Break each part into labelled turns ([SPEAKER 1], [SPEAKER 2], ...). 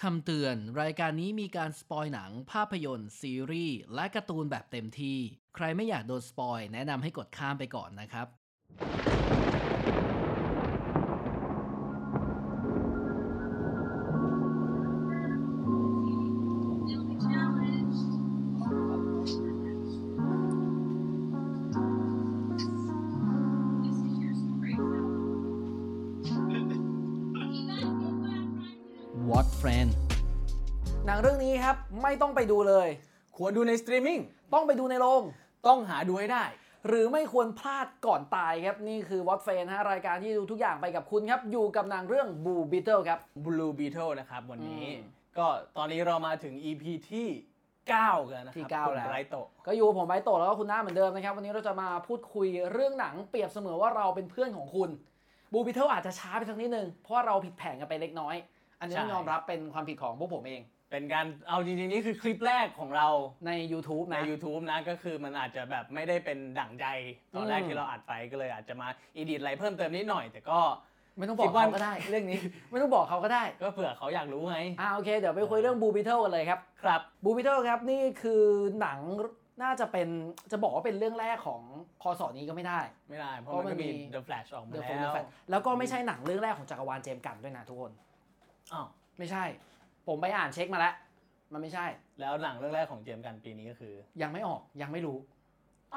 [SPEAKER 1] คำเตือน รายการนี้มีการสปอยหนัง ภาพยนตร์ ซีรีส์ และการ์ตูนแบบเต็มที่ ใครไม่อยากโดนสปอย แนะนำให้กดข้ามไปก่อนนะครับ What Friend หนังเรื่องนี้ครับ ไม่ต้องไปดูเลย
[SPEAKER 2] ควรดูในสตรีมมิ่ง
[SPEAKER 1] ต้องไปดูในโรง
[SPEAKER 2] ต้องหาดูให้ได้
[SPEAKER 1] หรือไม่ควรพลาดก่อนตายครับ นี่คือ What Friend ฮะรายการที่ดูทุกอย่างไปกับคุณครับ อยู่กับหนังเรื่อง Blue Beetle ครับ
[SPEAKER 2] Blue Beetle นะครับวันนี้
[SPEAKER 1] อืม
[SPEAKER 2] ก็ตอนนี้เรามาถึง EP ที่ 9 กันนะค
[SPEAKER 1] ที่
[SPEAKER 2] รั
[SPEAKER 1] เก้า
[SPEAKER 2] คุณ
[SPEAKER 1] แล้ว
[SPEAKER 2] ไรโตะ
[SPEAKER 1] ก็อยู่กับผมไบโตะแล้วก็คุณหน้าเหมือนเดิมนะครับ วันนี้เราจะมาพูดคุยเรื่องหนังเปรียบเสมือนว่าเราเป็นเพื่อนของคุณ Blue Beetle อาจจะช้าไปสักนิดนึง เพราะว่าเราผิดแผนกันไปเล็กน้อย อันนี้ต้องยอมรับเป็นความผิดของพวกผมเอง
[SPEAKER 2] เป็นการเอาจริงๆ นี่คือคลิปแรกของเรา
[SPEAKER 1] ใน YouTube
[SPEAKER 2] ใน
[SPEAKER 1] นะ
[SPEAKER 2] YouTube นะ ก็คือมันอาจจะแบบไม่ได้เป็นดั่งใจ ตอนแรก
[SPEAKER 1] อืม
[SPEAKER 2] ที่เราอัดไปก็เลยอาจจะมาอีดิทอะไรเพิ่มเติมนิดหน่อย แต่ก็
[SPEAKER 1] ไม่ต้องบอกเขาก็ได้
[SPEAKER 2] เรื่องนี้
[SPEAKER 1] ไม่ต้องบอกเขาก็ได้
[SPEAKER 2] ก็เผื่อเขาอยากรู้ไง
[SPEAKER 1] อ่าโอเคเดี๋ยวไปคุยเรื่อง Blue Beetle กันเลยครับ
[SPEAKER 2] ครับ
[SPEAKER 1] บูบิเทิลครับนี่คือหนังน่าจะเป็นจะบอกว่าเป็นเรื่องแรกของคอสอนี้ก็ไม่ได้
[SPEAKER 2] ไม่ได้ เพราะ
[SPEAKER 1] เพราะ
[SPEAKER 2] มันก็
[SPEAKER 1] มันมี
[SPEAKER 2] มี The Flash ออกมา
[SPEAKER 1] เดอะ
[SPEAKER 2] แล้
[SPEAKER 1] โฟล์
[SPEAKER 2] ว
[SPEAKER 1] แฟแล้วก็ไม่ใช่หนังเรื่องแรกของจักรวาลเจมส์กันด้วยนะทุกคน
[SPEAKER 2] อ้าว
[SPEAKER 1] ไม่ใช่ ผมไปอ่านเช็คมาแล้ว มันไม่ใช่
[SPEAKER 2] แล้วหนังเรื่องแรกของเจมส์กันปีนี้ก็คือ
[SPEAKER 1] ยังไม่ออกยังไม่รู้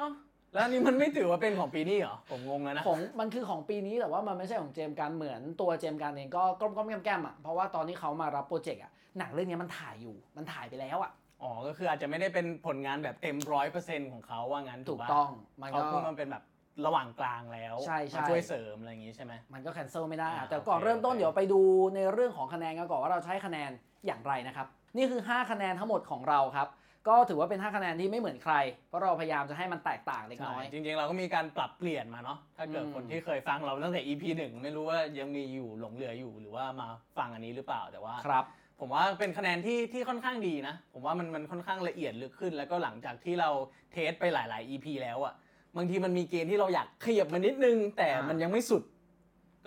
[SPEAKER 2] อ้าวแล้วอันนี้มันไม่ถือว่าเป็นของปีนี้เหรอผมงงแล้วนะ
[SPEAKER 1] ของมันคือของปีนี้แต่ว่ามันไม่ใช่ของเจมส์กันเหมือนตัวเจมส์กันเองก็กล้อมกล้อมๆแก้มแก้มๆอ่ะเพราะว่าตอนที่เขามารับโปรเจกต์อ่ะหนังเรื่องนี้มันถ่ายอยู่มันถ่ายไปแล้วอ่ะ
[SPEAKER 2] อ๋อ ก็คืออาจจะไม่ได้เป็นผลงานแบบเต็มร้อยเปอร์เซ็นต์ของเขาว่างั้น
[SPEAKER 1] ถูก
[SPEAKER 2] ปะ
[SPEAKER 1] ต้องมัน
[SPEAKER 2] เขา
[SPEAKER 1] ก็
[SPEAKER 2] เพิ่งมันเป็นแบบระหว่างกลางแล้ว
[SPEAKER 1] ใช่ใช่
[SPEAKER 2] มาช่วยเสริมอะไรอย่างงี้ใช่ไหม
[SPEAKER 1] มันก็แคนเซิลไม่ได้อะ
[SPEAKER 2] อ่า
[SPEAKER 1] แต่ก่อน
[SPEAKER 2] โอเค
[SPEAKER 1] เริ่มต้น
[SPEAKER 2] โอเค
[SPEAKER 1] เดี๋ยวไปดูในเรื่องของคะแนนกันก่อนว่าเราจะให้คะแนนอย่างไรนะครับ นี่คือ 5 คะแนนทั้งหมดของเราครับ ก็ถือว่าเป็น 5 คะแนนที่ไม่เหมือนใคร เพราะเราพยายามจะให้มันแตกต่างเล็ก
[SPEAKER 2] ใช่
[SPEAKER 1] น้อย
[SPEAKER 2] จริงๆ เราก็มีการปรับเปลี่ยนมาเนาะ ถ้าเกิด
[SPEAKER 1] อืม
[SPEAKER 2] คนที่เคยฟังเราตั้งแต่ EP หนึ่งไม่รู้ว่ายังมีอยู่หลงเหลืออยู่หรือว่ามาฟังอันนี้หรือเปล่า แต่ว่า
[SPEAKER 1] ครับ
[SPEAKER 2] ผมว่าเป็นคะแนนที่ที่ค่อนข้างดีนะ ผมว่ามันมันค่อนข้างละเอียดลึกขึ้น แล้วก็หลังจากที่เราเทสไปหลาย ๆ EP แล้วอะบางทีมันมีเกณฑ์ที่เราอยากขยับมานิดนึง แต่
[SPEAKER 1] อ่ามั
[SPEAKER 2] มันยังไม่สุด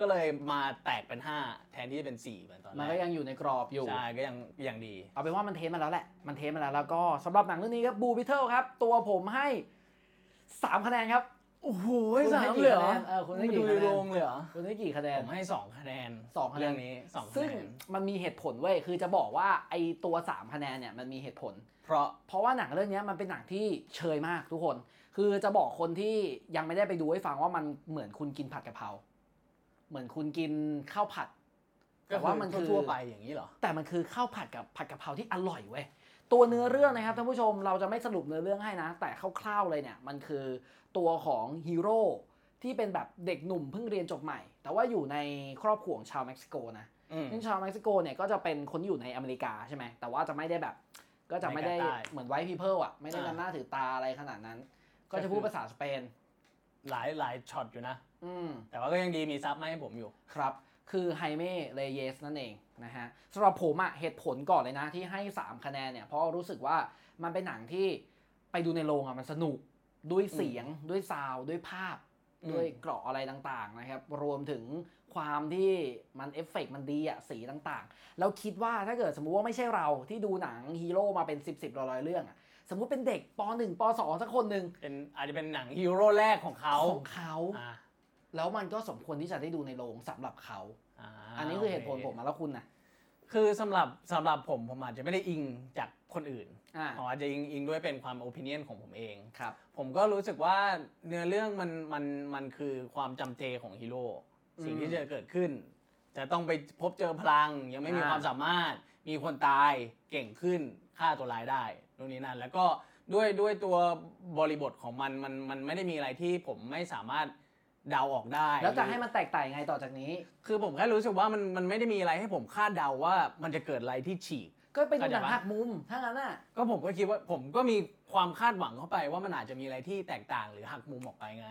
[SPEAKER 2] ก็เลยมาแตกเป็นห้าแทนที่จะเป็นสี่เหมือนตอนแรก
[SPEAKER 1] มันก็ยังอยู่ในกรอบอยู่
[SPEAKER 2] ใช่ก็ยังยังดี
[SPEAKER 1] เอาเป็นว่ามันเทสมาแล้วแหละ มันเทสมาแล้วแล้วก็สำหรับหนังเรื่องนี้ครับบูบิเทิลครับ ตัวผมให้ 3 คะแนนครับ
[SPEAKER 2] โอ้โห
[SPEAKER 1] คุณให้กี่คะแนนเออคุณให้กี่
[SPEAKER 2] ดูใน
[SPEAKER 1] คะแนน
[SPEAKER 2] โรงเลยเหรอ
[SPEAKER 1] คุณได้กี่คะแนน
[SPEAKER 2] ผมให้สองคะแนน
[SPEAKER 1] สองคะแนน
[SPEAKER 2] เรื่องนี้สองคะ
[SPEAKER 1] ซึ่ง
[SPEAKER 2] แนน
[SPEAKER 1] มันมีเหตุผลเว้ยคือจะบอกว่าไอตัว 3 คะแนนเนี่ยมันมีเหตุผล
[SPEAKER 2] เพราะ
[SPEAKER 1] เพราะว่าหนังเรื่องนี้มันเป็นหนังที่เชยมากทุกคน คือจะบอกคนที่ยังไม่ได้ไปดูให้ฟังว่ามันเหมือนคุณกินผัดกะเพรา เหมือนคุณกินข้าวผัด แต่ว่ามันคือ
[SPEAKER 2] ทั่วๆไปอย่างนี้เหรอ
[SPEAKER 1] แต่มันคือข้าวผัดกับผัดกะเพราที่อร่อยเว้ย ตัวเนื้อเรื่องนะครับท่านผู้ชมเราจะไม่สรุปเนื้อเรื่องให้นะ แต่คร่าวๆเลยเนี่ยมันคือตัวของฮีโร่ที่เป็นแบบเด็กหนุ่มเพิ่งเรียนจบใหม่ แต่ว่าอยู่ในครอบครัวของชาวเม็กซิโกนะ
[SPEAKER 2] อืม
[SPEAKER 1] ซึ่งชาวเม็กซิโกเนี่ยก็จะเป็นคนที่อยู่ในอเมริกาใช่ไหม แต่ว่าจะไม่ได้แบบ ก็จะไม่ได้
[SPEAKER 2] ไม่กระต่าย
[SPEAKER 1] เหมือนไวท์พีเพิลอ่ะ ไม่ได้
[SPEAKER 2] อ่า
[SPEAKER 1] นำหน้าถือตาอะไรขนาดนั้น ก็จะพูดภาษาสเปน
[SPEAKER 2] หลายหลายช็อตอยู่นะ
[SPEAKER 1] อืม
[SPEAKER 2] แต่ว่าก็ยังดีมีซับมาให้ผมอยู่
[SPEAKER 1] ครับ คือไฮเม่เลเยสนั่นเองนะฮะสำหรับผมอะเหตุผลก่อนเลยนะ ที่ให้ 3 คะแนนเนี่ย เพราะรู้สึกว่ามันเป็นหนังที่ไปดูในโรงอะมันสนุกด้วยเสียงด้วยซาวด์ด้วยภาพ
[SPEAKER 2] อืม
[SPEAKER 1] ด้วยเกราะอะไรต่างๆนะครับ รวมถึงความที่มันเอฟเฟกต์มันดีอะสีต่างๆ แล้วคิดว่าถ้าเกิดสมมุติว่าไม่ใช่เราที่ดูหนังฮีโร่มาเป็น 10บสบร้อยๆเรื่องอะสมมุติเป็นเด็กป .1 ป .2 สักคนหนึ่ง
[SPEAKER 2] เป็นอาจจะเป็นหนังฮีโร่แรกของเขา
[SPEAKER 1] ของเขา
[SPEAKER 2] อ่า
[SPEAKER 1] แล้วมันก็สมควรที่จะได้ดูในโรงสำหรับเขา
[SPEAKER 2] า
[SPEAKER 1] อันนี้คือเหตุผล
[SPEAKER 2] โ
[SPEAKER 1] ผมอะแล้วคุณนะ
[SPEAKER 2] คือสำหรับสำหรับผมผมอาจจะไม่ได้อิงจากคนอื่น
[SPEAKER 1] อ่า
[SPEAKER 2] ผมอาจจะอิงอิงด้วยเป็นความโอปิเนียนของผมเอง
[SPEAKER 1] ครับ
[SPEAKER 2] ผมก็รู้สึกว่าเนื้อเรื่องมันมันมันคือความจำเจของฮีโร่
[SPEAKER 1] อืม
[SPEAKER 2] สิ่งที่จะเกิดขึ้น จะต้องไปพบเจอพลัง ยังไม่มี
[SPEAKER 1] อ่า
[SPEAKER 2] ความสามารถ มีคนตายเก่งขึ้นฆ่าตัวร้ายได้นู่นนี่นั่นแล้วก็ด้วยด้วยตัวบริบทของมันมันมันไม่ได้มีอะไรที่ผมไม่สามารถเดาออกได้
[SPEAKER 1] แล้วจะให้มันแตกต่างยังไงต่อจากนี้
[SPEAKER 2] คือผมแค่รู้สึกว่ามันมันไม่ได้มีอะไรให้ผมคาดเดาว่ามันจะเกิดอะไรที่ฉีก
[SPEAKER 1] ก็ไปดูหนัง
[SPEAKER 2] เข้าใจปะ
[SPEAKER 1] หักมุม ถ้างั้นน่ะ
[SPEAKER 2] ก็ผมก็คิดว่าผมก็มีความคาดหวังเข้าไปว่ามันอาจจะมีอะไรที่แตกต่างหรือหักมุมออกไปไง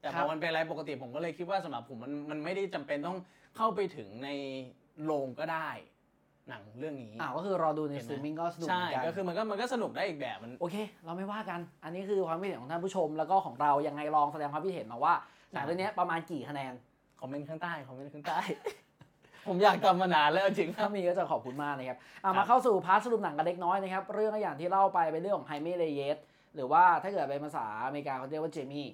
[SPEAKER 2] แต่
[SPEAKER 1] ค
[SPEAKER 2] พ
[SPEAKER 1] รั
[SPEAKER 2] อบ มันเป็นอะไรปกติผมก็เลยคิดว่าสำหรับผมมันมันไม่ได้จำเป็นต้องเข้าไปถึงในโรงก็ได้ หนังเรื่องนี้
[SPEAKER 1] อ้าวก็คือรอดูใน
[SPEAKER 2] เห็น
[SPEAKER 1] สต
[SPEAKER 2] ไหม
[SPEAKER 1] รีมมิ่งก็สนุกเห
[SPEAKER 2] ใช่
[SPEAKER 1] มือนกัน
[SPEAKER 2] ก็คือมันก็มันก็สนุกได้อีกแบบมัน
[SPEAKER 1] โอเค เราไม่ว่ากัน อันนี้คือความคิดเห็นของท่านผู้ชมแล้วก็ของเรายังไงลองแสดงความคิดเห็นมาว่า หนังเรื่องนี้ประมาณกี่คะแนน
[SPEAKER 2] คอมเมนต์ข้างใต้คอมเมนต์ข้างใต้ ผมอยากทำมานานแล้วจริงค
[SPEAKER 1] ถ้า
[SPEAKER 2] รับ
[SPEAKER 1] มีก็จะขอบคุณมากนะครับอ่ะ
[SPEAKER 2] ครั
[SPEAKER 1] มา
[SPEAKER 2] บ
[SPEAKER 1] เข้าสู่พาร์ทสรุปหนังกันเล็กน้อยนะครับ เรื่องก็อย่างที่เล่าไปเป็นเรื่องของไฮเมเรเยสหรือว่าถ้าเกิดเป็นภาษาอเมริกาเขาเรียกว่าเจมี่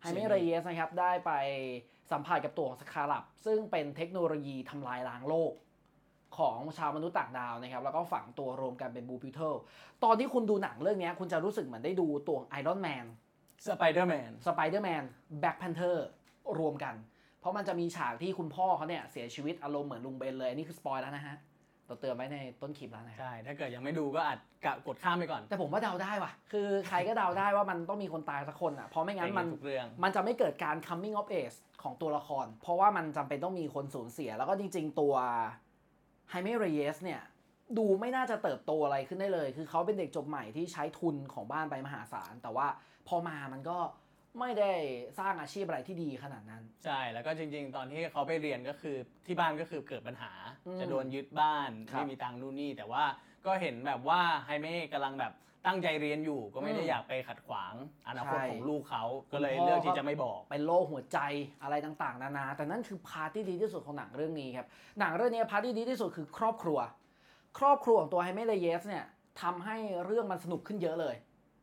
[SPEAKER 1] ไฮเมเรเยสนะครับได้ไปสัมผัสกับตัวของสคารับซึ่งเป็นเทคโนโลยีทำลายล้างโลก ของชาวมนุษย์ต่างดาวนะครับ แล้วก็ฝังตัวรวมกันเป็นบูพิเทลตอนที่คุณดูหนังเรื่องเนี้ยคุณจะรู้สึกเหมือนได้ดูตัวไอรอนแมน
[SPEAKER 2] สไปเดอร์แมน
[SPEAKER 1] สไปเดอร์แมนแบ็คแพนเทอร์รวมกัน เพราะมันจะมีฉากที่คุณพ่อเขาเนี่ย เสียชีวิตอารมณ์เหมือนลุงเบนเลยอันนี่คือสปอยแล้วนะฮะเราเตือนไว้ในต้นคลิปแล้วนะครับ
[SPEAKER 2] ใช่ ถ้าเกิดยังไม่ดูก็อาจกะกดข้ามไปก่อน
[SPEAKER 1] แต่ผมว่าเดาได้ว่ะ คือใครก็เดาได้ว่ามันต้องมีคนตายสักคนอ่ะเพราะไม่งั้นมัน
[SPEAKER 2] เป็ทุกเรื่อง
[SPEAKER 1] มันจะไม่เกิดการ coming of age ของตัวละคร เพราะว่ามันจำเป็นต้องมีคนสูญเสีย แล้วก็จริงๆ ตัวไฮเมเรเยสเนี่ย ดูไม่น่าจะเติบโตอะไรขึ้นได้เลย คือเขาเป็นเด็กจบใหม่ที่ใช้ทุนของบ้านไปมหาศาล แต่ว่าพอมามันก็ไม่ได้สร้างอาชีพอะไรที่ดีขนาดนั้น
[SPEAKER 2] ใช่ แล้วก็จริง ๆ ตอนที่เขาไปเรียนก็คือที่บ้านก็คือเกิดปัญหา
[SPEAKER 1] อืม
[SPEAKER 2] จะโดนยึดบ้าน
[SPEAKER 1] ครับ
[SPEAKER 2] ไม่มีตังค์นู่นนี่ แต่ว่าก็เห็นแบบว่าไฮเม่กำลังแบบตั้งใจเรียนอยู่ ก็ไม่ได้
[SPEAKER 1] อืม
[SPEAKER 2] อยากไปขัดขวางอนาคต
[SPEAKER 1] ใช่
[SPEAKER 2] ของลูกเขา
[SPEAKER 1] คุ
[SPEAKER 2] ก็
[SPEAKER 1] ณ
[SPEAKER 2] เลย
[SPEAKER 1] พ่อ
[SPEAKER 2] เลือกที่จะไม่บอก
[SPEAKER 1] เป็นโรคหัวใจอะไรต่างๆ นานา แต่นั่นคือพาร์ทที่ดีที่สุดของหนังเรื่องนี้ครับ หนังเรื่องนี้พาร์ทที่ดีที่สุดคือครอบครัว ครอบครัวของตัวไฮเมเรเยสเนี่ยทำให้เรื่องมันสนุกขึ้นเยอะเลย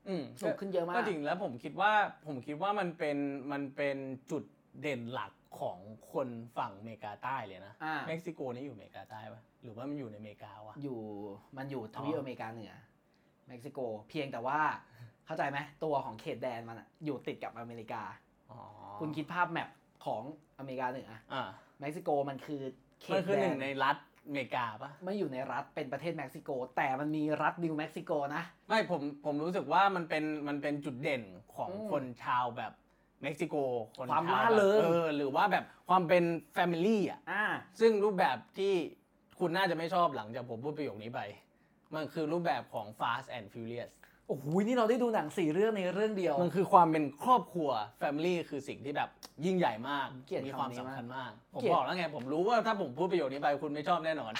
[SPEAKER 2] อืม
[SPEAKER 1] สนุกขึ้นเยอะมาก
[SPEAKER 2] ก็จริงแล้วผมคิดว่าผมคิดว่ามันเป็นมันเป็นจุดเด่นหลักของคนฝั่งอเมริกาใต้เลยนะ
[SPEAKER 1] อ่า
[SPEAKER 2] เม็กซิโกนี่อยู่อเมริกาใต้ปะหรือว่ามันอยู่ในอเมริกาวะ
[SPEAKER 1] อยู่มันอยู่ทวีป
[SPEAKER 2] อ๋อ
[SPEAKER 1] อเมริกาเหนือเม็กซิโก เพียงแต่ ว่าเข้าใจไหมตัวของเขตแดนมันอะอยู่ติดกับอเมริกา
[SPEAKER 2] อ๋อ
[SPEAKER 1] คุณคิดภาพแมปของอเมริกาเหนือ
[SPEAKER 2] อ่า
[SPEAKER 1] เม็กซิโกมันคือเข
[SPEAKER 2] มัน
[SPEAKER 1] ต
[SPEAKER 2] คือ
[SPEAKER 1] แด
[SPEAKER 2] หนึ่
[SPEAKER 1] น
[SPEAKER 2] งในรัฐอเมริกาปะ
[SPEAKER 1] ไม่อยู่ในรัฐเป็นประเทศเม็กซิโก แต่มันมีรัฐนิวเม็กซิโกนะ
[SPEAKER 2] ไม่ผมผมรู้สึกว่ามันเป็นมันเป็นจุดเด่นของ
[SPEAKER 1] อืม
[SPEAKER 2] คนชาวแบบเม็กซิโก คน
[SPEAKER 1] ความ
[SPEAKER 2] ชาว
[SPEAKER 1] ร่า
[SPEAKER 2] แบบ
[SPEAKER 1] เริง
[SPEAKER 2] เออหรือว่าแบบความเป็นแฟมิลี่อ่ะ
[SPEAKER 1] อ่า
[SPEAKER 2] ซึ่งรูปแบบที่คุณน่าจะไม่ชอบหลังจากผมพูดประโยคนี้ไป มันคือรูปแบบของ Fast and Furious
[SPEAKER 1] โอ้โหนี่เราได้ดูหนังสี่เรื่องในเรื่องเดียว
[SPEAKER 2] มันคือความเป็นครอบครัว Family คือสิ่งที่แบบยิ่งใหญ่มาก
[SPEAKER 1] เกลียด
[SPEAKER 2] มี
[SPEAKER 1] คำ
[SPEAKER 2] ความ
[SPEAKER 1] นี้
[SPEAKER 2] สำคัญมาก ผม
[SPEAKER 1] เกลียด
[SPEAKER 2] บอกแล้วไง ผมรู้ว่าถ้าผมพูดประโยคนี้ไปคุณไม่ชอบแน่นอน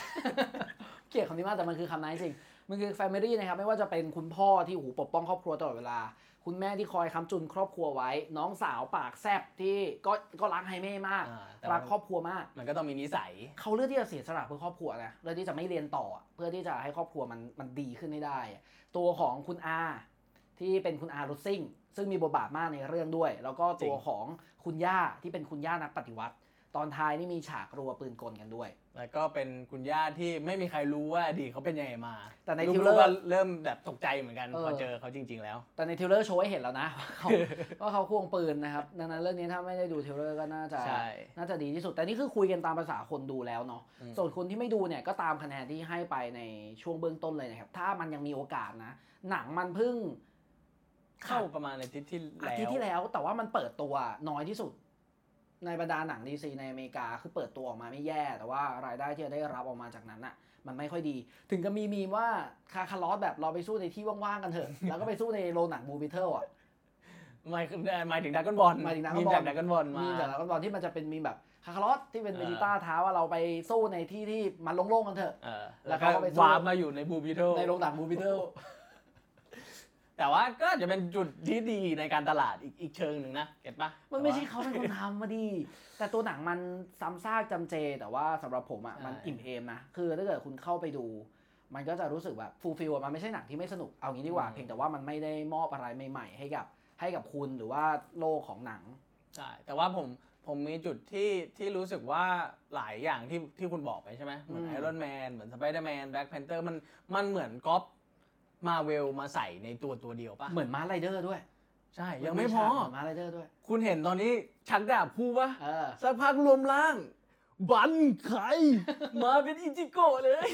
[SPEAKER 1] เกลียดคำนี้มากแต่มันคือคำนั้นจริง มันคือ Family นะครับ ไม่ว่าจะเป็นคุณพ่อที่หูปกป้องครอบครัวตลอดเวลา คุณแม่ที่คอยค้ำจุนครอบครัวไว้ น้องสาวปากแซบที่ก็ก็รักไฮเม่มาก
[SPEAKER 2] อ่าแต่
[SPEAKER 1] รัก
[SPEAKER 2] ว่า
[SPEAKER 1] ครอบครัวมาก
[SPEAKER 2] มันก็ต้องมีนิสัย
[SPEAKER 1] เขาเลือกที่จะเสียสละเพื่อครอบครัวนะเลือกที่จะไม่เรียนต่ออะเพื่อที่จะให้ครอบครัวมันมันดีขึ้นให้ได้อะตัวของคุณอาที่เป็นคุณอารุซิ่ง ซึ่งมีบทบาทมากในเรื่องด้วย แล้วก็ตัว
[SPEAKER 2] จริง
[SPEAKER 1] ของคุณย่าที่เป็นคุณย่านักปฏิวัติ ตอนท้ายนี่มีฉากรัวปืนกลกันด้วย
[SPEAKER 2] แล้วก็เป็นคุณย่าที่ไม่มีใครรู้ว่าอดีตเขาเป็นยังไงมา
[SPEAKER 1] แต่ใน
[SPEAKER 2] รู้
[SPEAKER 1] ทริลเลอร์
[SPEAKER 2] ว่าเริ่มแบบตกใจเหมือนกัน
[SPEAKER 1] เออ
[SPEAKER 2] พอเจอเขาจริง ๆ แล้ว
[SPEAKER 1] แต่ในเทรลเลอร์โชว์ให้เห็นแล้วนะ ว่าเขา ว่าเขาควงปืนนะครับ ดังนั้นเรื่องนี้ถ้าไม่ได้ดูเทรลเลอร์ก็น่าจะ
[SPEAKER 2] ใช่
[SPEAKER 1] น่าจะดีที่สุด แต่นี่คือคุยกันตามภาษาคนดูแล้วเนาะ
[SPEAKER 2] อืม
[SPEAKER 1] ส่วนคนที่ไม่ดูเนี่ยก็ตามคะแนนที่ให้ไปในช่วงเบื้องต้นเลยนะครับ ถ้ามันยังมีโอกาสนะ หนังมันเพิ่ง
[SPEAKER 2] เข้าประมาณอาทิตย์ที่
[SPEAKER 1] อา
[SPEAKER 2] แล้ว
[SPEAKER 1] ทิตย์ที่แล้ว แต่ว่ามันเปิดตัวน้อยที่สุด ในบรรดาหนังดีซีในอเมริกาคือเปิดตัวออกมาไม่แย่ แต่ว่ารายได้ที่จะได้รับออกมาจากนั้นน่ะ มันไม่ค่อยดี ถึงกับมีมีมว่าคาคาลอสแบบเราไปสู้ในที่ว่างๆกันเถ อะ แล้วก็ไปสู้ในโรงหนังบูบิเทิลอ่ะ
[SPEAKER 2] หมายถึงหมายถึงดักกันบอล
[SPEAKER 1] หมายถึง Dragon
[SPEAKER 2] มี
[SPEAKER 1] Ball
[SPEAKER 2] จากดักกันบอลมา
[SPEAKER 1] มีแต่ละตอนที่มันจะเป็นมีแบบคาคาลอสที่เป็น
[SPEAKER 2] เอ
[SPEAKER 1] เบ
[SPEAKER 2] อ
[SPEAKER 1] จิต้าท้าว่าเราไปสู้ในที่ที่มันโล่งๆกันเถอะ
[SPEAKER 2] เออ
[SPEAKER 1] แล้
[SPEAKER 2] แล้ว ว
[SPEAKER 1] เขา
[SPEAKER 2] ก็
[SPEAKER 1] ก็ไปสู้
[SPEAKER 2] วาร์ปมาอยู่ในบูบิโต
[SPEAKER 1] ในโรงหนังมูบิเตอร์
[SPEAKER 2] แต่ว่าก็อาจจะเป็นจุดที่ดีในการตลาดอีกอีกเชิงหนึ่งนะ เก็ตปะ
[SPEAKER 1] มันไม่ใช่
[SPEAKER 2] แต่ว่า
[SPEAKER 1] เขาเป็นคนทำมาดี แต่ตัวหนังมันซ้ำซากจำเจ แต่ว่าสำหรับผมอ่ะ
[SPEAKER 2] ใช่
[SPEAKER 1] มันอิ่มเอมนะ คือถ้าเกิดคุณเข้าไปดู มันก็จะรู้สึกแบบฟูลฟิลมันไม่ใช่หนังที่ไม่สนุกเอางี้ดีกว่าเพียงแต่ว่ามันไม่ได้มอบอะไรใหม่ๆ ให้กับให้กับคุณหรือว่าโลกของหนัง
[SPEAKER 2] ใช่ แต่ว่าผมผมมีจุดที่ที่รู้สึกว่าหลายอย่างที่ที่คุณบอกไปใช่ไหมเหมือน
[SPEAKER 1] อืม
[SPEAKER 2] ไอรอนแมนเหมือนสไปเดอร์แมนแบล็กแพนเตอร์มันมันเหมือนก๊อปมาเวลมาใส่ในตัวตัวเดียวปะ
[SPEAKER 1] เหมือนมาร์ไรเดอร์ด้วย
[SPEAKER 2] ใช่ ยังไม่พอ
[SPEAKER 1] มาร์ไรเดอร์ด้วย
[SPEAKER 2] คุณเห็นตอนนี้ชักดาบพูปะ
[SPEAKER 1] เอ อ
[SPEAKER 2] สักพักรวมร่าง บันไข่ มาเป็นอิจิโกะเลย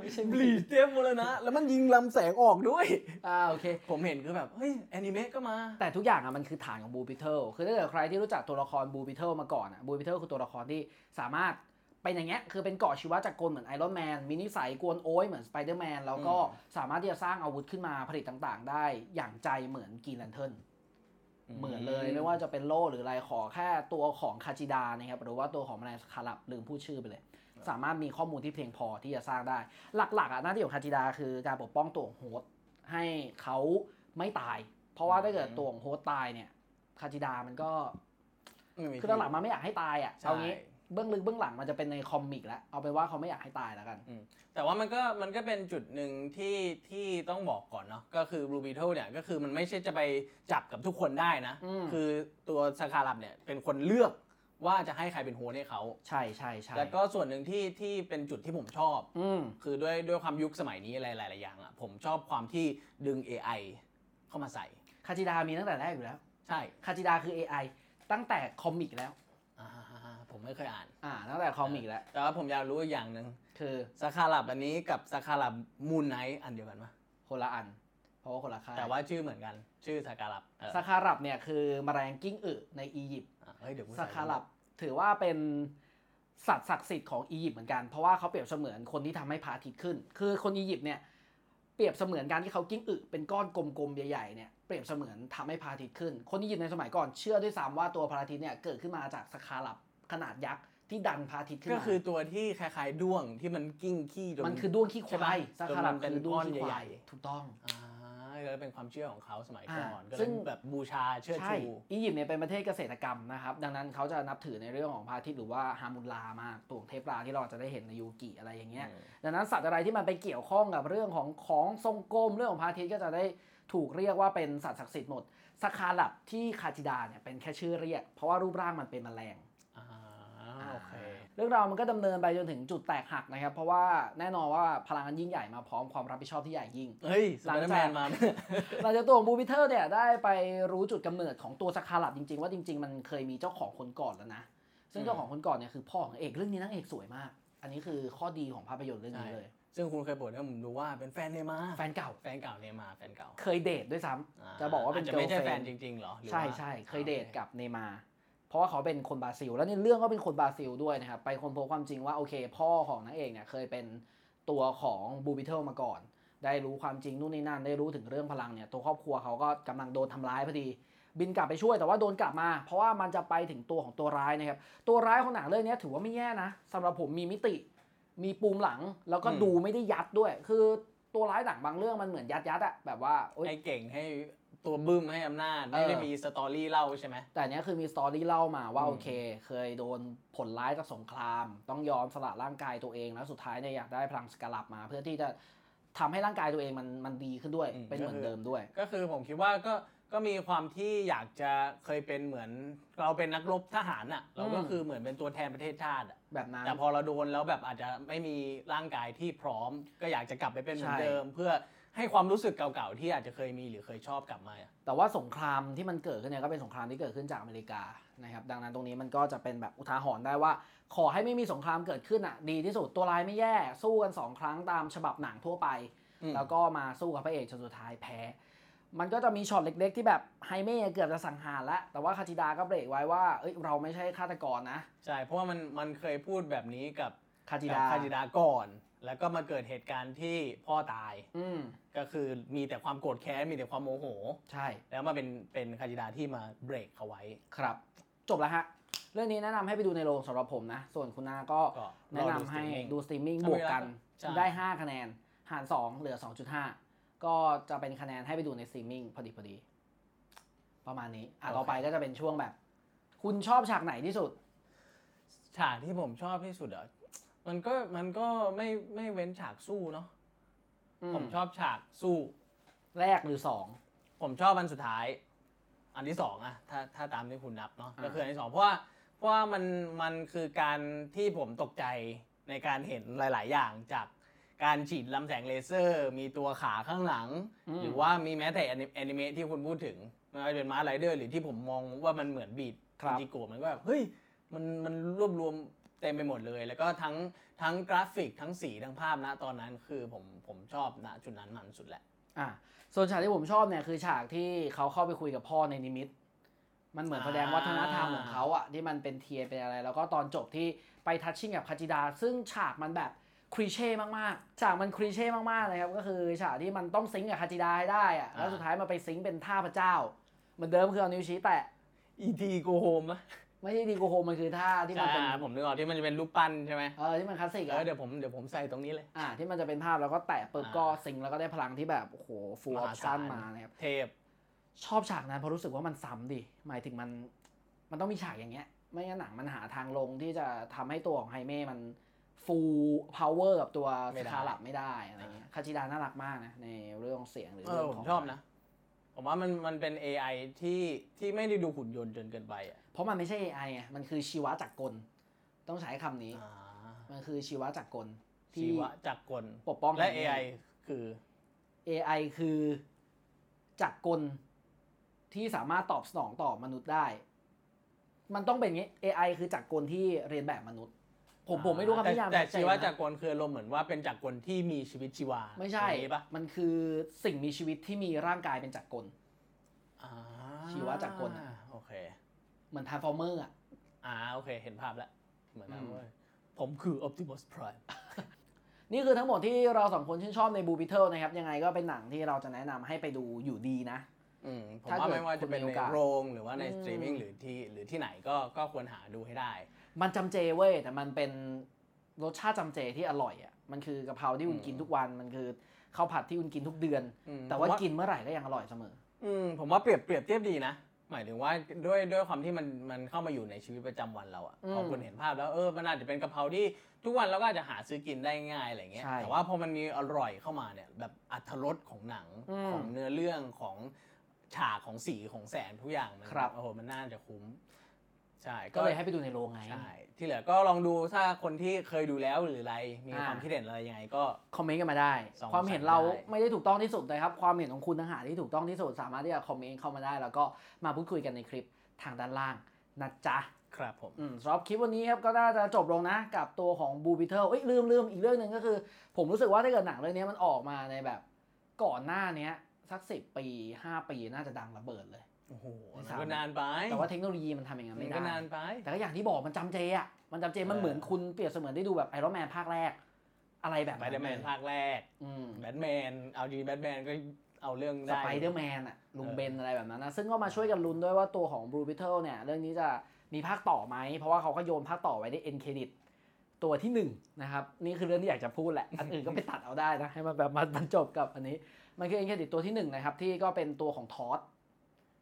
[SPEAKER 1] ไม่ใช่
[SPEAKER 2] บลีดเต็มหมดแล้วนะ แล้วมันยิงลำแสงออกด้วย
[SPEAKER 1] อ่าโอเค
[SPEAKER 2] ผมเห็นคือแบบ เฮ้ย แอนิเมะก็มา
[SPEAKER 1] แต่ทุกอย่างอะมันคือฐานของบูปิเทิลคือถ้าเกิดใครที่รู้จักตัวละครบูปิเทิลมาก่อนอะบูปิเทิลคือตัวละครที่สามารถเป็นอย่างเงี้ย คือเป็นเกราะชีวจักรกลเหมือนไอรอนแมน มีนิสัยกวนโอ้ยเหมือนสไปเดอร์แมน แล้วก็
[SPEAKER 2] อืม
[SPEAKER 1] สามารถที่จะสร้างอาวุธขึ้นมาผลิตต่างๆ ได้อย่างใจเหมือนกรีนแลนเทิร์น เหมือนเลยไม่ว่าจะเป็นโล่หรืออะไรขอแค่ตัวของคาจิดานะครับหรือว่าตัวของแมลงคารับลืมพูดชื่อไปเลย สามารถมีข้อมูลที่เพียงพอที่จะสร้างได้ หลักๆอ่ะหน้าที่ของคาจิดาคือการปกป้องตัวของโฮสต์ให้เขาไม่ตาย เพราะว่าถ้าเกิดตัวของโฮสต์ตายเนี่ยคาจิดามันก็
[SPEAKER 2] ไม่มี
[SPEAKER 1] คือหลักๆมันไม่อยากให้ตายอ่ะ
[SPEAKER 2] ใช่
[SPEAKER 1] เอางี้ เบื้องลึกเบื้องหลังมันจะเป็นในคอมิกแล้วเอาไปนว่าเขาไม่อยากให้ตายแล้วกัน
[SPEAKER 2] แต่ว่ามันก็มันก็เป็นจุดหนึ่งที่ที่ต้องบอกก่อนเนาะก็คือ Blue Beetle เนี่ยก็คือมันไม่ใช่จะไปจับกับทุกคนได้นะ
[SPEAKER 1] อืม
[SPEAKER 2] คือตัวสคารับเนี่ยเป็นคนเลือกว่าจะให้ใครเป็นโฮสต์ให้เขา
[SPEAKER 1] ใช่ใช่ใช่
[SPEAKER 2] แล้วก็ส่วนหนึ่งที่ที่เป็นจุดที่ผมชอบ
[SPEAKER 1] อืม
[SPEAKER 2] คือด้วยด้วยความยุคสมัยนี้อะไรหลายๆอย่างอ่ะผมชอบความที่ดึง AI เข้ามาใส่
[SPEAKER 1] คาจิดามีตั้งแต่แรกอยู่แล้ว
[SPEAKER 2] ใช่
[SPEAKER 1] คาจิดาคือ AI ตั้งแต่คอมิกแล้ว
[SPEAKER 2] อ่าผมไม่เคยอ่าน
[SPEAKER 1] อ่าตั้งแต่คอมิกแล้ว
[SPEAKER 2] แต่ว่าผมอยากรู้อีกอย่างหนึ่ง
[SPEAKER 1] คือ
[SPEAKER 2] สคารับอันนี้กับสคารับมูนไนท์อันเดียวกันปะ
[SPEAKER 1] คนละอัน เพราะว่าคนละค่าย
[SPEAKER 2] แต่ว่าชื่อเหมือนกันชื่อสคารับเออ
[SPEAKER 1] ซาคารับเนี่ยคือแมลงกิ้งอึในอียิปต์
[SPEAKER 2] อ่ะเฮ้ยเดี๋ยวกู
[SPEAKER 1] สั
[SPEAKER 2] ใส่
[SPEAKER 1] กคารับถือว่าเป็นสัตว์ศักดิ์สิทธิ์ของอียิปต์เหมือนกันเพราะว่าเขาเปรียบเสมือนคนที่ทำให้พระอาทิตย์ขึ้น คือคนอียิปต์เนี่ยเปรียบเสมือนการที่เขากิ้งอึเป็นก้อนกลมๆใหญ่ๆเนี่ยเปรียบเสมือนทำให้พระอาทิตย์ขึ้น คนอียิปต์ในสมัยก่อนเชื่อด้วยซ้ำว่าตัวพระอาทิตย์เนี่ยเกิดขึ้นมาจากสักคารับขนาดยักษ์ที่ดันพระอาทิตย์ขึ้น
[SPEAKER 2] ก็
[SPEAKER 1] มา
[SPEAKER 2] คือตัวที่คล้ายๆด้วงที่มันกิ้งขี้จน
[SPEAKER 1] มันคือด้วงขี้ค
[SPEAKER 2] ใช่ปะ
[SPEAKER 1] วายสักคารับ
[SPEAKER 2] จนมันเป็น
[SPEAKER 1] คือด้วงขี้
[SPEAKER 2] ก้
[SPEAKER 1] ค
[SPEAKER 2] อนใหญ่
[SPEAKER 1] วาย
[SPEAKER 2] ๆ
[SPEAKER 1] ถูกต้อง
[SPEAKER 2] อ่าก็เป็นความเชื่อของเขาสมัย
[SPEAKER 1] อ่า
[SPEAKER 2] ก่อนก็
[SPEAKER 1] ซึ่
[SPEAKER 2] เลย
[SPEAKER 1] ง
[SPEAKER 2] แบบบูชาเชื่อ
[SPEAKER 1] ใช่
[SPEAKER 2] ชู
[SPEAKER 1] อียิปต์เนี่ยเป็นประเทศเกษตรกรรมนะครับ ดังนั้นเขาจะนับถือในเรื่องของพระอาทิตย์หรือว่าฮามุลลามากตัวเทพราที่เราจะได้เห็นในยูกิอะไรอย่างเงี้ย
[SPEAKER 2] อืม
[SPEAKER 1] ดังนั้นสัตว์อะไรที่มันไปเกี่ยวข้องกับเรื่องของของทรงกลมเรื่องของพระอาทิตย์ก็จะได้ถูกเรียกว่าเป็นสัตว์ศักดิ์สิทธิ์หมดสคาลับที่คาจิดาเนี่ยเป็นแค่ชื่อเรียก เพราะว่ารูปร่างมันเป็นแมลง
[SPEAKER 2] อ่าโอเค
[SPEAKER 1] เรื่องราวมันก็ดำเนินไปจนถึงจุดแตกหักนะครับ เพราะว่าแน่นอนว่าพลังงานยิ่งใหญ่มาพร้อมความรับผิดชอบที่ใหญ่ยิ่ง
[SPEAKER 2] เฮ้ยส
[SPEAKER 1] หลั
[SPEAKER 2] ไป
[SPEAKER 1] ง
[SPEAKER 2] เด
[SPEAKER 1] จา
[SPEAKER 2] อก ร์แมนมา
[SPEAKER 1] หลังจากตัวของบูบิเทอร์เนี่ยได้ไปรู้จุดกำเนิดของตัวสคาลับจริงๆ ว่าจริง ๆ มันเคยมีเจ้าของคนก่อนแล้วนะ ซึ่ง
[SPEAKER 2] อืม
[SPEAKER 1] เจ้าของคนก่อนเนี่ยคือพ่อของเอกเรื่องนี้นางเอกสวยมาก อันนี้คือข้อดีของภาพยนตร์เรื่องนี้เลย
[SPEAKER 2] ซึ่งคุณเคยบอกให้ผมดูว่าเป็นแฟนเนมา
[SPEAKER 1] แฟนเก่า
[SPEAKER 2] แฟนเก่าเนมา แฟนเก่า
[SPEAKER 1] เคยเดทด้วยซ้ำ
[SPEAKER 2] า
[SPEAKER 1] จะบอกว่าเป็น
[SPEAKER 2] จจะไม่ใช่
[SPEAKER 1] girlfriend
[SPEAKER 2] แฟนจริงๆเหรอหรือ
[SPEAKER 1] ใช่
[SPEAKER 2] ว่า
[SPEAKER 1] ใช่เคยเดทกับเนย์มาร์เพราะว่าเขาเป็นคนบราซิล แล้วในเรื่องก็เป็นคนบราซิลด้วยนะครับ ไปคนพบความจริงว่าโอเค พ่อของนางเอกเนี่ยเคยเป็นตัวของบูบิเทิลมาก่อน ได้รู้ความจริงนู่นนี่นั่นได้รู้ถึงเรื่องพลังเนี่ยตัวครอบครัวเขาก็กำลังโดนทำร้ายพอดี บินกลับไปช่วยแต่ว่าโดนกลับมา เพราะว่ามันจะไปถึงตัวของตัวร้ายนะครับ ตัวร้ายของหนังเรื่องเนี้ยถือว่าไม่แย่นะสำหรับผมมีมิติ มีปูมหลังแล้วก็ดูไม่ได้ยัดด้วย คือตัวร้ายหนังบางเรื่องมันเหมือนยัดยัดๆอะแบบว่าโอ๊ย
[SPEAKER 2] ให้เก่งให้ตัวบึ้มให้อำนาจ ไม่ได้
[SPEAKER 1] เออ
[SPEAKER 2] มีสตอรี่เล่าใช่ไหม
[SPEAKER 1] แต่อันเนี้ยคือมีสตอรี่เล่ามาว่า
[SPEAKER 2] อืม
[SPEAKER 1] โอเค เคยโดนผลร้ายจากสงคราม ต้องยอมสละร่างกายตัวเองแล้วสุดท้ายเนี่ยอยากได้พลังสกาลับมา เพื่อที่จะทำให้ร่างกายตัวเองมันมันดีขึ้นด้วย เป็นเหมือนเดิมด้วย
[SPEAKER 2] ก็คือผมคิดว่าก็ก็มีความที่อยากจะเคยเป็นเหมือน เราเป็นนักรบทหารอ่ะเราก็
[SPEAKER 1] อืม
[SPEAKER 2] คือเหมือนเป็นตัวแทนประเทศชาติอะ
[SPEAKER 1] แบบนั้น
[SPEAKER 2] แต่พอเราโดนแล้วแบบอาจจะไม่มีร่างกายที่พร้อม ก็อยากจะกลับไปเป็นเหมือน
[SPEAKER 1] ใช่
[SPEAKER 2] เดิม เพื่อให้ความรู้สึกเก่าๆที่อาจจะเคยมีหรือเคยชอบกลับมา
[SPEAKER 1] แต่ว่าสงครามที่มันเกิดขึ้นเนี่ยก็เป็นสงครามที่เกิดขึ้นจากอเมริกานะครับดังนั้นตรงนี้มันก็จะเป็นแบบอุทาหรณ์ได้ว่า ขอให้ไม่มีสงครามเกิดขึ้นอ่ะดีที่สุดตัวร้ายไม่แย่ สู้กันสองครั้งตามฉบับหนังทั่วไป
[SPEAKER 2] อืม
[SPEAKER 1] แล้วก็มาสู้กับพระเอกจนสุดท้ายแพ้ มันก็จะมีช็อตเล็ก ๆ ที่แบบไฮเม่เกือบจะสังหารแล้ว แต่ว่าคาจิดาก็เบรกไว้ว่าเอ้ยเราไม่ใช่ฆาตกรนะ
[SPEAKER 2] ใช่เพราะว่ามันมันเคยพูดแบบนี้กับ
[SPEAKER 1] คาจิ
[SPEAKER 2] กั
[SPEAKER 1] ดา
[SPEAKER 2] บคาจิดาก่อน แล้วก็มาเกิดเหตุการณ์ที่พ่อตาย
[SPEAKER 1] อืม
[SPEAKER 2] ก็คือมีแต่ความโกรธแค้นมีแต่ความโมโห
[SPEAKER 1] ใช่
[SPEAKER 2] แล้วมาเป็นเป็นคาจิดาที่มาเบรกเขาไว้
[SPEAKER 1] ครับ จบแล้วฮะเรื่องนี้แนะนำให้ไปดูในโรงสำหรับผมนะ ส่วนคุณนาก็
[SPEAKER 2] ก็รอ
[SPEAKER 1] แนะนำให้
[SPEAKER 2] สตรีมมิ่ง
[SPEAKER 1] ดูสตรีมมิ่ง
[SPEAKER 2] ถ้า
[SPEAKER 1] บ
[SPEAKER 2] ไม่
[SPEAKER 1] วกกัน
[SPEAKER 2] ใช่
[SPEAKER 1] ได้ 5 คะแนน หาร 2 เหลือ 2.5 ก็จะเป็นคะแนนให้ไปดูในสตรีมมิ่งพอดีพอดี ประมาณนี้ อ่ะต่อไปก็จะเป็นช่วงแบบ คุณชอบฉากไหนที่สุด
[SPEAKER 2] ฉากที่ผมชอบที่สุดเหรอมันก็มันก็ไม่ไม่เว้นฉากสู้เนาะ
[SPEAKER 1] อืม
[SPEAKER 2] ผมชอบฉากสู้
[SPEAKER 1] แรกหรือ
[SPEAKER 2] ผมชอบอันสุดท้าย อันที่สองอะถ้าถ้าตามที่คุณนับเนาะ
[SPEAKER 1] อ่า
[SPEAKER 2] ก็คืออันที่สองเพราะว่าเพราะว่ามันมันคือการที่ผมตกใจในการเห็นหลาย ๆ อย่างจากการฉีดลำแสงเลเซอร์ มีตัวขาข้างหลัง
[SPEAKER 1] 2
[SPEAKER 2] หรือว่ามีแม้แต่แอนิแอนิเมะที่คุณพูดถึงไม่ว่าจะเป็นมาไรเดอร์หรือที่ผมมองว่ามันเหมือนบีด
[SPEAKER 1] ครับ
[SPEAKER 2] จิโกะมันก็แบบเฮ้ยมันมันรวบรวมเต็มไปหมดเลย แล้วก็ทั้งทั้งกราฟิกทั้งสีทั้งภาพนะตอนนั้นคือผมผมชอบณจุดนั้นมันสุดแหละ
[SPEAKER 1] อ่ะส่วนฉากที่ผมชอบเนี่ยคือฉากที่เขาเข้าไปคุยกับพ่อในนิมิต มันเหมือนแสดงวัฒนธรรมของเขาอะที่มันเป็นเทียร์เป็นอะไร แล้วก็ตอนจบที่ไปทัชชิ่งกับคาจิดา ซึ่งฉากมันแบบคลีเช่มากๆ ฉากมันคลีเช่มากๆนะครับก็คือฉากที่มันต้องซิงก์กับคาจิดาให้ได้อะแล้ว
[SPEAKER 2] อ่า
[SPEAKER 1] สุดท้ายมันไปซิงก์เป็นท่าพระเจ้าเหมือนเดิมคือเอานิ้วชี้แตะ
[SPEAKER 2] อีทีโกโฮมอะ
[SPEAKER 1] ไม่ใช่ดีโกโฮมันคือท่าที่มัน
[SPEAKER 2] ใช่
[SPEAKER 1] เป็น
[SPEAKER 2] อ่ะผมนึกออกที่มันจะเป็นรูปปั้นใช่ไหม
[SPEAKER 1] เออที่มันคลาสสิก
[SPEAKER 2] เอ
[SPEAKER 1] อะ
[SPEAKER 2] อเดี๋ยวผมเดี๋ยวผมใส่ตรงนี้เลย
[SPEAKER 1] อ่าที่มันจะเป็นภาพแล้วก็แตะปุ๊บ
[SPEAKER 2] อ่า
[SPEAKER 1] ก็ซิงค์แล้วก็ได้พลังที่แบบโอ้โหฟูลอ
[SPEAKER 2] ม
[SPEAKER 1] อ
[SPEAKER 2] หา
[SPEAKER 1] ปชั่น
[SPEAKER 2] ศาล
[SPEAKER 1] มานะครับ
[SPEAKER 2] เทพ
[SPEAKER 1] ชอบฉากนั้นเพราะรู้สึกว่ามันซ้ำดิหมายถึงมันมันต้องมีฉากอย่างเงี้ย ไม่งั้นหนังมันหาทางลงที่จะทำให้ตัวของไฮเม่มันฟูลพาวเวอร์กับตัว
[SPEAKER 2] ไม่
[SPEAKER 1] ส
[SPEAKER 2] ได้
[SPEAKER 1] คาลับไม่ได้อะไรเงี้ยคาชิดาน่ารักมากนะในเรื่องเสียงหรือ
[SPEAKER 2] เอ
[SPEAKER 1] เรื่
[SPEAKER 2] อ
[SPEAKER 1] อง
[SPEAKER 2] ผ
[SPEAKER 1] ขอ
[SPEAKER 2] ม
[SPEAKER 1] ง
[SPEAKER 2] ชอบนะ ผมว่ามันมันเป็น AI ที่ที่ไม่ได้ดูหุ่นยนต์จนเกินไปอ่ะ
[SPEAKER 1] เพราะมันไม่ใช่ AI ไงมันคือชีวะจักรกล ต้องใช้คำนี้ มันคือชีวะจักรกล
[SPEAKER 2] ชี
[SPEAKER 1] ที่
[SPEAKER 2] วะจักรกล
[SPEAKER 1] ปกป้อง
[SPEAKER 2] และ
[SPEAKER 1] ไฮม่
[SPEAKER 2] AI คือ
[SPEAKER 1] AI คือจักรกลที่สามารถตอบสนองต่อมนุษย์ได้ มันต้องเป็นอย่างงี้ AI คือจักรกลที่เรียนแบบมนุษย์ ผมผมไม่รู้คำ
[SPEAKER 2] แต่
[SPEAKER 1] นิยาม
[SPEAKER 2] แต่
[SPEAKER 1] ดเจน
[SPEAKER 2] ชีวะ
[SPEAKER 1] นะ
[SPEAKER 2] จักรกลคืออารมณ์เหมือนว่าเป็นจักรกลที่มีชีวิตชีวา
[SPEAKER 1] ไม่ใช่
[SPEAKER 2] อย่างนี้ปะ
[SPEAKER 1] มันคือสิ่งมีชีวิตที่มีร่างกายเป็นจักรกล
[SPEAKER 2] อ่า
[SPEAKER 1] ชีวะจักรกลอะ
[SPEAKER 2] โอเค
[SPEAKER 1] เหมือนทาร์ฟอร์เมอร์อ่ะ
[SPEAKER 2] อ่าโอเค เห็นภาพแล้ว เหมือนแล้ว
[SPEAKER 1] อืม
[SPEAKER 2] เว้ยผมคือ Optimus Prime
[SPEAKER 1] นี่คือทั้งหมดที่เราสองคนชื่นชอบในบูบิเทิลนะครับ ยังไงก็เป็นหนังที่เราจะแนะนำให้ไปดูอยู่ดีนะ
[SPEAKER 2] อืมผม
[SPEAKER 1] ถ้า
[SPEAKER 2] ว่า
[SPEAKER 1] เกิด
[SPEAKER 2] ไม่ว่าจะเป็น
[SPEAKER 1] คุณมี
[SPEAKER 2] ใน
[SPEAKER 1] โอกาส
[SPEAKER 2] โรงหรือว่าใน
[SPEAKER 1] อืม
[SPEAKER 2] สตรีมมิ่งหรือที่หรือที่ไหนก็ก็ควรหาดูให้ได้
[SPEAKER 1] มันจำเจเว้ย แต่มันเป็นรสชาติจำเจที่อร่อยอ่ะ มันคือกะเพราที่คุณ
[SPEAKER 2] อืม
[SPEAKER 1] กินทุกวัน มันคือข้าวผัดที่คุณกินทุกเดือน
[SPEAKER 2] อืม
[SPEAKER 1] แต่ว่า
[SPEAKER 2] ผม
[SPEAKER 1] กินเมื่อไหร่ก็ยังอร่อยเสมอ
[SPEAKER 2] อืมผมว่าเปรียบเปรียบเทียบดีนะ หมายถึงว่าด้วยด้วยความที่มันมันเข้ามาอยู่ในชีวิตประจำวันเราอะ
[SPEAKER 1] อืม
[SPEAKER 2] พอคนเห็นภาพแล้วเออมันอาจจะเป็นกะเพราที่ทุกวันเราก็อาจจะหาซื้อกินได้ง่ายอะไรเงี้ย
[SPEAKER 1] ใช่
[SPEAKER 2] แต่ว่าพอมันมีอร่อยเข้ามาเนี่ยแบบอรรถรสของหนัง
[SPEAKER 1] อืม
[SPEAKER 2] ของเนื้อเรื่องของฉากของสีของแสงทุกอย่างมัน
[SPEAKER 1] ครับ
[SPEAKER 2] โอ้โหมันน่าจะคุ้มใช่
[SPEAKER 1] ก็เลยให้ไปดูในโรงไง
[SPEAKER 2] ใช่ ที่เหลือก็ลองดูถ้าคนที่เคยดูแล้วหรืออะไร มี
[SPEAKER 1] อ่า
[SPEAKER 2] ความคิดเห็นอะไรยังไงก็
[SPEAKER 1] คอมเมนต์กันมาได้
[SPEAKER 2] สอง
[SPEAKER 1] ความเห็น
[SPEAKER 2] สาม
[SPEAKER 1] เรา
[SPEAKER 2] ได้
[SPEAKER 1] ไม่ได้ถูกต้องที่สุดนะครับ ความเห็นของคุณต่างหากที่ถูกต้องที่สุด สามารถที่จะคอมเมนต์เข้ามาได้ แล้วก็มาพูดคุยกันในคลิปทางด้านล่างนะจ๊ะ
[SPEAKER 2] ครับผม
[SPEAKER 1] อืมสำหรับคลิปวันนี้ครับก็น่าจะจบลงนะกับตัวของบูบิเทิลเอ้ยลืมลืมอีกเรื่องหนึ่งก็คือ ผมรู้สึกว่าถ้าเกิดหนังเรื่องนี้มันออกมาในแบบก่อนหน้าเนี้ยสักสิบปีห้าปีน่าจะดังระเบิดเลย
[SPEAKER 2] โอ้โห
[SPEAKER 1] ไม่
[SPEAKER 2] มั
[SPEAKER 1] ทราบ
[SPEAKER 2] นก็นานไป
[SPEAKER 1] แต่ว่าเทคโนโลยีมันทำอย่างนั้น
[SPEAKER 2] มั
[SPEAKER 1] ไม่
[SPEAKER 2] น
[SPEAKER 1] ได้
[SPEAKER 2] ก็นานไป
[SPEAKER 1] แต่ก็อย่างที่บอกมันจำเจอ่ะมันจำเจมัน
[SPEAKER 2] เออ
[SPEAKER 1] เหมือนคุณเปรียบเสมือนได้ดูแบบไอรอนแมนภาคแรก อะไรแบบ
[SPEAKER 2] ไป
[SPEAKER 1] นั้น
[SPEAKER 2] เดอร์แมนภาคแรก
[SPEAKER 1] อืม
[SPEAKER 2] แบทแมนเอาดีแบทแมนก็เอาเรื่อง
[SPEAKER 1] ส
[SPEAKER 2] ได้
[SPEAKER 1] ไปเดอร์แมนอ่ะลุง
[SPEAKER 2] เออ
[SPEAKER 1] เบนอะไรแบบนั้นนะซึ่งก็มาช่วยกันลุ้นด้วยว่าตัวของบูบิเทิลเนี่ยเรื่องนี้จะมีภาคต่อไหมเพราะว่าเขาก็โยนภาคต่อไว้ในเอ็นเครดิต ตัวที่หนึ่งนะครับ นี่คือเรื่องที่อยากจะพูดแหละ อันอื่นก็ไปตัดเอาได้นะ ให้มันแบบมันมันจบกับอันนี้ มันคือเอ็นเครดิตตัวที่หนึ่งนะครับ ที่ก็เป็นตัวของทอส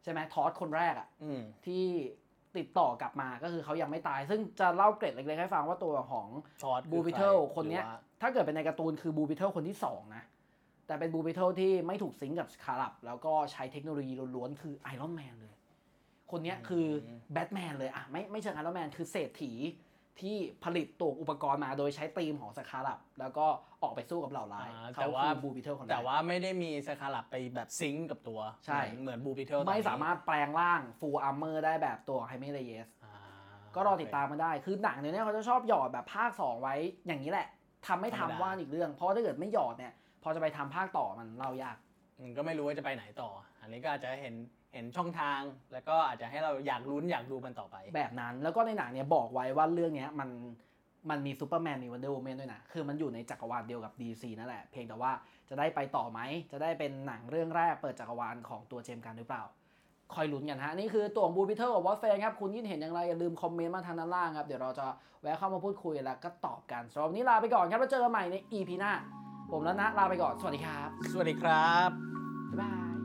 [SPEAKER 1] ใช่ไหมทอสคนแรกอะ
[SPEAKER 2] อืม
[SPEAKER 1] ที่ติดต่อกลับมาก็คือเขายังไม่ตาย ซึ่งจะเล่าเกร็ดเล็กๆให้ฟังว่าตัวของ
[SPEAKER 2] ชอต
[SPEAKER 1] บูบิเทิลคนเนี้ย
[SPEAKER 2] หรือว่า
[SPEAKER 1] ถ้าเกิดเป็นในการ์ตูนคือบูบิเทิลคนที่สองนะ แต่เป็นบูบิเทิลที่ไม่ถูกซิงก์กับสคารับแล้วก็ใช้เทคโนโลยีล้วนๆคือไอรอนแมนเลย คนเนี้ยคือแบทแมนเลยอะไม่ไม่เชิงไอรอนแมนคือเศรษฐีที่ผลิตตัวอุปกรณ์มาโดยใช้ธีมของสคารับแล้วก็ออกไปสู้กับเหล่าร้าย
[SPEAKER 2] อ่า
[SPEAKER 1] เขา
[SPEAKER 2] แต่ว่า
[SPEAKER 1] คือบูบิเทิลคนแร
[SPEAKER 2] แต่
[SPEAKER 1] ก
[SPEAKER 2] ว่าไม่ได้มีสคาลับไปแบบซิงก์กับตัว
[SPEAKER 1] ใช่
[SPEAKER 2] เหมือนเหมือนบูบิเทิล
[SPEAKER 1] ไม่สามารถแปลงร่างฟูลอาร์เมอร์ได้แบบตัวไฮเมเรเยส ก็รอติดตามมาได้ คือหนังเดี๋ยวนี้เขาจะชอบหยอดแบบภาค 2 ไว้อย่างนี้แหละ ทำไม่ทำว่าอีกเรื่อง เพราะถ้าเกิดไม่หยอดเนี่ย พอจะไปทำภาคต่อมันเรายาก
[SPEAKER 2] ก็ไม่รู้ว่าจะไปไหนต่อ อันนี้ก็อาจจะเห็นเห็นช่องทาง แล้วก็อาจจะให้เราอยากลุ้นอยากดูมันต่อไป
[SPEAKER 1] แบบนั้น แล้วก็ในหนังเนี่ยบอกไว้ว่าเรื่องเนี้ยมันมันมีซูเปอร์แมนมีวันเดอร์ m มนด้วยนะ คือมันอยู่ในจักรวาลเดียวกับ DC นั่นแหละ เพียงแต่ว่าจะได้ไปต่อไหม จะได้เป็นหนังเรื่องแรกเปิดจักรวาลของตัวเจมส์กันหรือเปล่า คอยลุ้นกันฮะ นี่คือตัวของบูพิเทอร์กับวอตเฟนครับ คุณยินเห็นอย่างไร อย่าลืมคอมเมนต์มาทางด้านล่างครับ เดี๋ยวเราจะแวะเข้ามาพูดคุยแล้วก็ตอบกันสำหรับวันนี้ลาไปก่อนครับแล้วเจอกันใหม่ใน EP หน้า ผมและนะลาไปก่อน สวัสดีครับ
[SPEAKER 2] สวัสดีครับ
[SPEAKER 1] บ๊ายบาย